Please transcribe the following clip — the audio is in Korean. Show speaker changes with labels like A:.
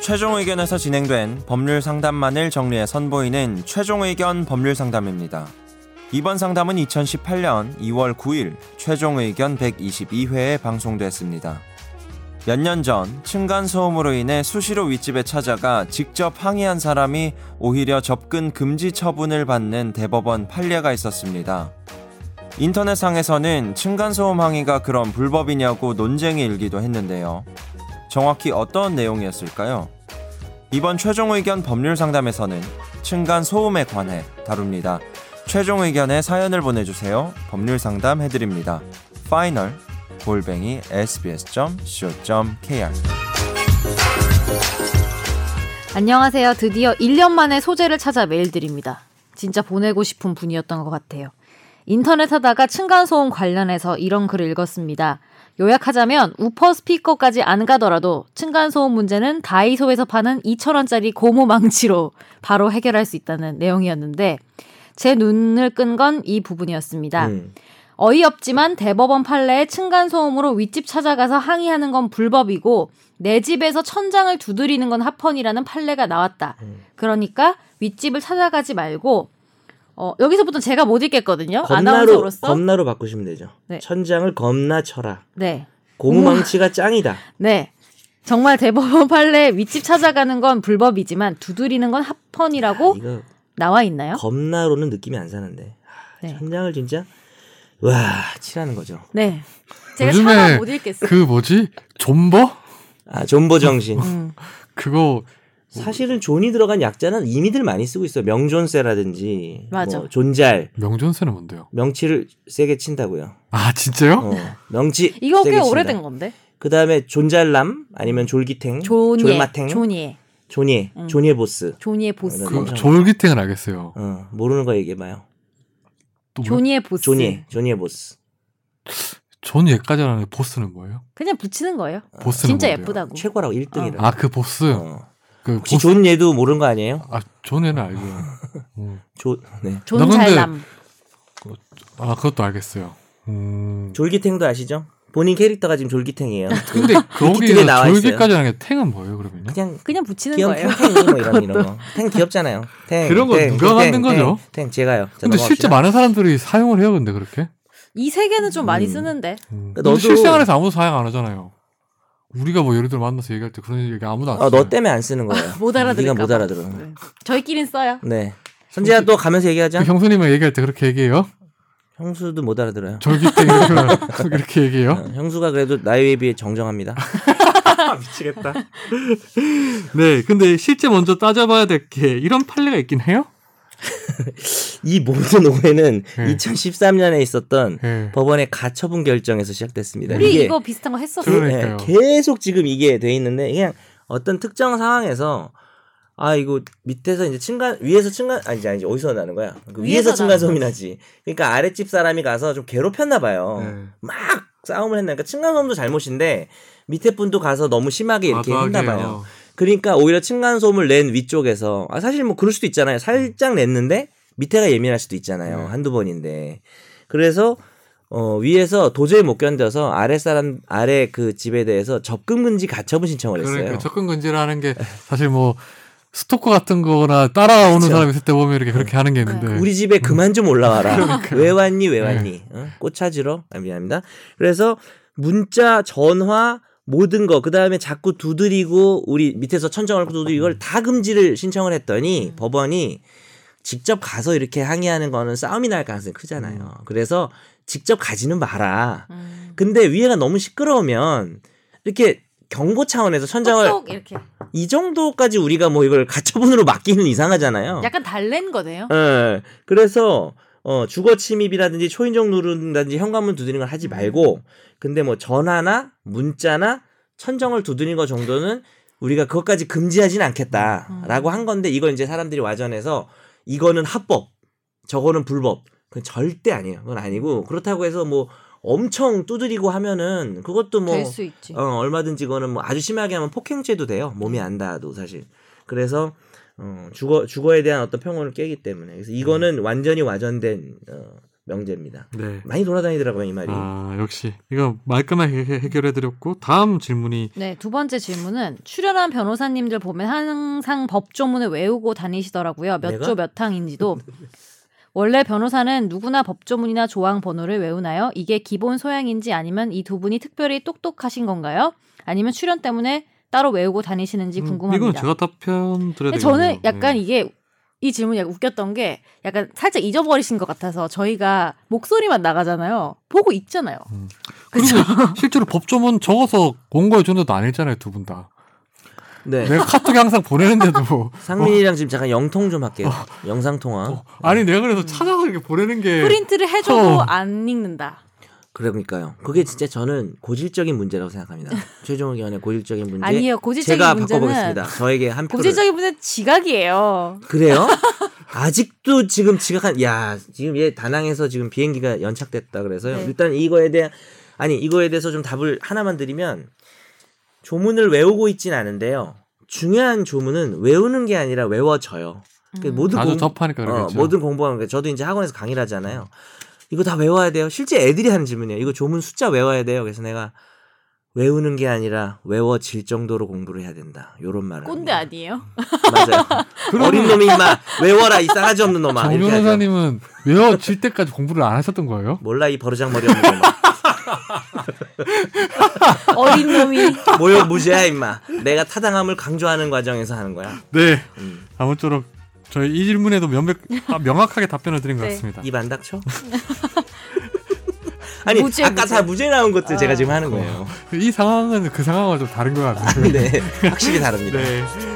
A: 최종 의견에서 진행된 법률 상담만을 정리해 선보이는 최종 의견 법률 상담입니다. 이번 상담은 2018년 2월 9일 최종 의견 122회에 방송됐습니다. 몇 년 전 층간소음으로 인해 수시로 윗집에 찾아가 직접 항의한 사람이 오히려 접근 금지 처분을 받는 대법원 판례가 있었습니다. 인터넷상에서는 층간소음 항의가 그런 불법이냐고 논쟁이 일기도 했는데요. 정확히 어떤 내용이었을까요? 이번 최종 의견 법률 상담에서는 층간소음에 관해 다룹니다. 최종 의견에 사연을 보내주세요. 법률 상담 해드립니다. 파이널 골뱅이 sbs.co.kr
B: 안녕하세요. 드디어 1년 만에 소재를 찾아 메일 드립니다. 진짜 보내고 싶은 분이었던 것 같아요. 인터넷 하다가 층간소음 관련해서 이런 글을 읽었습니다. 요약하자면 우퍼 스피커까지 안 가더라도 층간소음 문제는 다이소에서 파는 2,000원짜리 고무망치로 바로 해결할 수 있다는 내용이었는데 제 눈을 끈 건 이 부분이었습니다. 어이없지만 대법원 판례에 층간소음으로 윗집 찾아가서 항의하는 건 불법이고 내 집에서 천장을 두드리는 건 합헌이라는 판례가 나왔다.
C: 음.
B: 그러니까 윗집을 찾아가지 말고 어, 여기서부터 제가 못 읽겠거든요.
C: 겁나로
B: 아나운서로서.
C: 겁나로 바꾸시면 되죠.
B: 네.
C: 천장을 겁나 쳐라.
B: 네.
C: 고무망치가 짱이다.
B: 네. 정말 대법원 판례 윗집 찾아가는 건 불법이지만 두드리는 건 합헌이라고
C: 아, 이거
B: 나와 있나요?
C: 겁나로는 느낌이 안 사는데 아,
B: 네.
C: 천장을 진짜 와 치라는 거죠.
B: 네. 제가
D: 요즘에
B: 차마 못 읽겠어요.
D: 그 뭐지? 존버?
C: 아 존버 정신.
B: 음.
D: 그거
C: 사실은 존이 들어간 약자는 이미들 많이 쓰고 있어. 요 명존세라든지
B: 맞아.
C: 뭐 존잘
D: 명존세는 뭔데요?
C: 명치를 세게 친다고요.
D: 아 진짜요?
C: 어, 명치
B: 이거
C: 세게
B: 꽤
C: 친다.
B: 오래된 건데.
C: 그다음에 존잘남 아니면 졸기탱,
B: 존예.
C: 졸마탱,
B: 존예.
C: 존예,
B: 음.
C: 존예 보스.
B: 존이의 보스.
D: 그
C: 음.
D: 졸기탱은 알겠어요.
C: 어, 모르는 거 얘기해봐요.
D: 또 뭐요?
B: 존이의 보스.
C: 존예, 존예 보스.
D: 존 얘까지 하는 보스는 뭐예요?
B: 그냥 붙이는 거예요.
D: 보스는
B: 진짜
D: 뭔데요?
B: 예쁘다고.
C: 최고라고 1등이라.
D: 아 그 보스.
C: 어.
D: 그
C: 혹시
D: 보스.
C: 존 얘도 모르는 거 아니에요?
D: 아 존에는 알고. 음.
C: 존, 네.
D: 나 근데-
B: 존잘남.
D: 아 그것도 알겠어요. 음.
C: 졸기탱도 아시죠? 본인 캐릭터가 지금 졸기탱이에요.
D: 근데
C: 위키트에
D: 거기에서
C: 그 나와 있어요.
D: 졸기까지 하는 게 탱은 뭐예요 그러면요?
C: 그냥
B: 그냥 붙이는
C: 귀염
B: 거예요.
C: 탱탱이 뭐 이런 이런 거. 탱 귀엽잖아요. 탱.
D: 그런 거
C: 탱,
D: 누가
C: 탱,
D: 만든 거죠?
C: 탱, 탱 제가요. 자,
D: 근데
C: 넘어갑시다.
D: 실제 많은 사람들이 사용을 해요 근데 그렇게?
B: 이 세 개는 좀 많이
C: 음.
B: 쓰는데.
D: 음.
C: 그러니까
D: 근데
C: 너도-
D: 실생활에서 아무도 사용 안 하잖아요. 우리가 뭐 예를 들어 만나서 얘기할 때 그런 얘기 아무도 안
C: 어,
D: 써요.
C: 너 때문에 안 쓰는 거예요.
B: 못 알아들을까
C: 음, 네가 못
B: 봐.
C: 알아들어.
B: 네. 저희끼린 써요.
C: 네. 선재야 또 가면서 얘기하자.
D: 그 형수님이랑 얘기할 때 그렇게 얘기해요?
C: 형수도 못 알아들어요.
D: 졸기탱 이렇게 그렇게
C: 어,
D: 얘기해요?
C: 형수가 그래도 나이에 비해 정정합니다. 미치겠다.
D: 네, 근데 실제 먼저 따져봐야 될 게 이런 판례가 있긴 해요?
C: 이 모든 오해는
D: 네.
C: 2013년에 있었던
D: 네.
C: 법원의 가처분 결정에서 시작됐습니다.
B: 우리 이거 비슷한 거 했었어.
D: 그-
B: 요
D: 그러니까요.
C: 네, 계속 지금 이게 돼 있는데 그냥 어떤 특정 상황에서 아 이거 밑에서 이제 층간 위에서 층간 아니지 아니지 어디서 나는 거야 그
B: 위에서
C: 위에서 층간
B: 나는
C: 소음이 나지 그러니까 아랫집 사람이 가서 좀 괴롭혔나 봐요
D: 네.
C: 막 싸움을 했나 그러니까 층간 소음도 잘못인데 밑에 분도 가서 너무 심하게 이렇게 했나
D: 과도하게,
C: 봐요
D: 어,
C: 그러니까 오히려 층간 소음을 낸 위쪽에서 아 사실 뭐 그럴 수도 있잖아요.
D: 음.
C: 살짝 냈는데 밑에가 예민할 수도 있잖아요.
D: 네.
C: 한두 번인데. 그래서 어 위에서 도저히 못 견뎌서 아래 사람 아래 그 집에 대해서 접근 금지 가처분 신청을 했어요. 네.
D: 그러니까 접근 금지라는 게 사실 뭐 스토커 같은 거나 따라오는
C: 그쵸. 그러니까
D: 사람이 있을 때 보면 이렇게 그렇게 하는 게 있는데
C: 우리 집에 그만 좀 올라와라. 왜 왔니? 왜 왔니? 어? 꽃 찾으러? 아, 미안합니다. 그래서 문자, 전화 모든 거 그다음에 자꾸 두드리고 우리 밑에서 천정을 두드리고 이걸 다 금지를 신청을 했더니 법원이 직접 가서 이렇게 항의하는 거는 싸움이 날 가능성이 크잖아요. 그래서 직접 가지는 마라.
B: 음.
C: 근데 위에가 너무 시끄러우면 이렇게 경고 차원에서 천장을
B: 쏙 이렇게.
C: 이 정도까지 우리가 뭐 이걸 가처분으로 맡기는 이상하잖아요.
B: 약간 달랜 거네요.
C: 예. 그래서 어 주거 침입이라든지 초인종 누른다든지 현관문 두드리는
B: 음.
C: 걸 하지 말고 근데 뭐 전화나 문자나 천정을 두드리는 것 정도는 우리가 그것까지 금지하진 않겠다라고
B: 음.
C: 한 건데 이걸 이제 사람들이 와전해서 이거는 합법 저거는 불법 그건 절대 아니에요 그건 아니고 그렇다고 해서 뭐 엄청 두드리고 하면은 그것도 뭐
B: 될 수 있지.
C: 어, 얼마든지 그거는 뭐 아주 심하게 하면 폭행죄도 돼요. 몸이
B: 음.
C: 안 닿아도 사실. 그래서
B: 음.
C: 어, 주거 주거에 대한 어떤 평온을 깨기 때문에. 그래서 이거는 완전히 와전된 어, 명제입니다.
D: 네.
C: 많이 돌아다니더라고요 이 말이.
D: 아, 역시. 이거 말끔하게 해- 해결해드렸고, 다음 질문이,
B: 네, 두 번째 질문은 출연한 변호사님들 보면 항상 법조문을 외우고 다니시더라고요. 몇
C: 내가?
B: 조 몇 항인지도. 원래 변호사는 누구나 법조문이나 조항 번호를 외우나요? 이게 기본 소양인지 아니면 이 두 분이 특별히 똑똑하신 건가요? 아니면 출연 때문에 따로 외우고 다니시는지
D: 음,
B: 궁금합니다.
D: 이건 제가 답변 드려야
B: 근데
D: 되겠네요.
B: 저는 약간
D: 네.
B: 이게 이 질문이 약간 웃겼던 게 약간 살짝 잊어버리신 것 같아서 저희가 목소리만 나가잖아요. 보고 있잖아요.
D: 그리고 실제로 법조문 적어서 공고해 준 데도 안 했잖아요, 두 분 다.
C: 네.
D: 내가 카톡에 항상 보내는데도.
C: 상민이랑 지금 잠깐 영통 좀 할게요. 영상 통화.
D: 어, 아니, 내가 그래서 찾아서 이렇게 보내는 게.
B: 프린트를 해줘도
D: 예. 어.
B: 안 읽는다.
C: 그러니까요. 그게 진짜 저는 고질적인 문제라고 생각합니다. 최종 의견의 고질적인 문제.
B: 아니에요. 고질적인
C: 제가
B: 문제는
C: 바꿔보겠습니다. 저에게 한 표를.
B: 고질적인 문제는 지각이에요.
C: 그래요? 아직도 지금 지각한 야 지금 얘 다낭에서 지금 비행기가 연착됐다 그래서요.
B: 네.
C: 일단 이거에 대한 아니 이거에 대해서 좀 답을 하나만 드리면 조문을 외우고 있진 않은데요. 중요한 조문은 외우는 게 아니라 외워져요. 그
B: 음.
C: 모든
D: 자주
C: 공-
D: 접하니까
C: 어,
D: 그러겠죠.
C: 모든 공부하는 게 저도 이제 학원에서 강의를 하잖아요. 이거 다 외워야 돼요. 실제 애들이 하는 질문이에요. 이거 조문 숫자 외워야 돼요. 그래서 내가 외우는 게 아니라 외워질 정도로 공부를 해야 된다. 요런 말을.
B: 꼰대
C: 합니다.
B: 아니에요?
C: 맞아요. 어린 놈이 임마 외워라 이 싸가지 없는 놈아.
D: 정
C: 이렇게 하죠.
D: 변호사님은 외워질 때까지 공부를 안 하셨던 거예요?
C: 몰라 이 버르장머리 없는 놈아.
B: 어린 놈이
C: 모욕 무죄야 임마. 내가 타당함을 강조하는 과정에서 하는 거야.
D: 네.
C: 음.
D: 아무쪼록 저희 이 질문에도 명백, 아, 명확하게 답변을 드린 것
B: 네.
D: 같습니다.
C: 입 안 닥쳐? 아니
B: 무죄,
C: 아까
B: 무죄.
C: 다 무죄 나온 것들 제가
B: 아.
D: 어.
C: 지금 하는 거예요.
D: 이 상황은 그 상황과 좀 다른 것 같아요.
C: 네 확실히 다릅니다.
D: 네.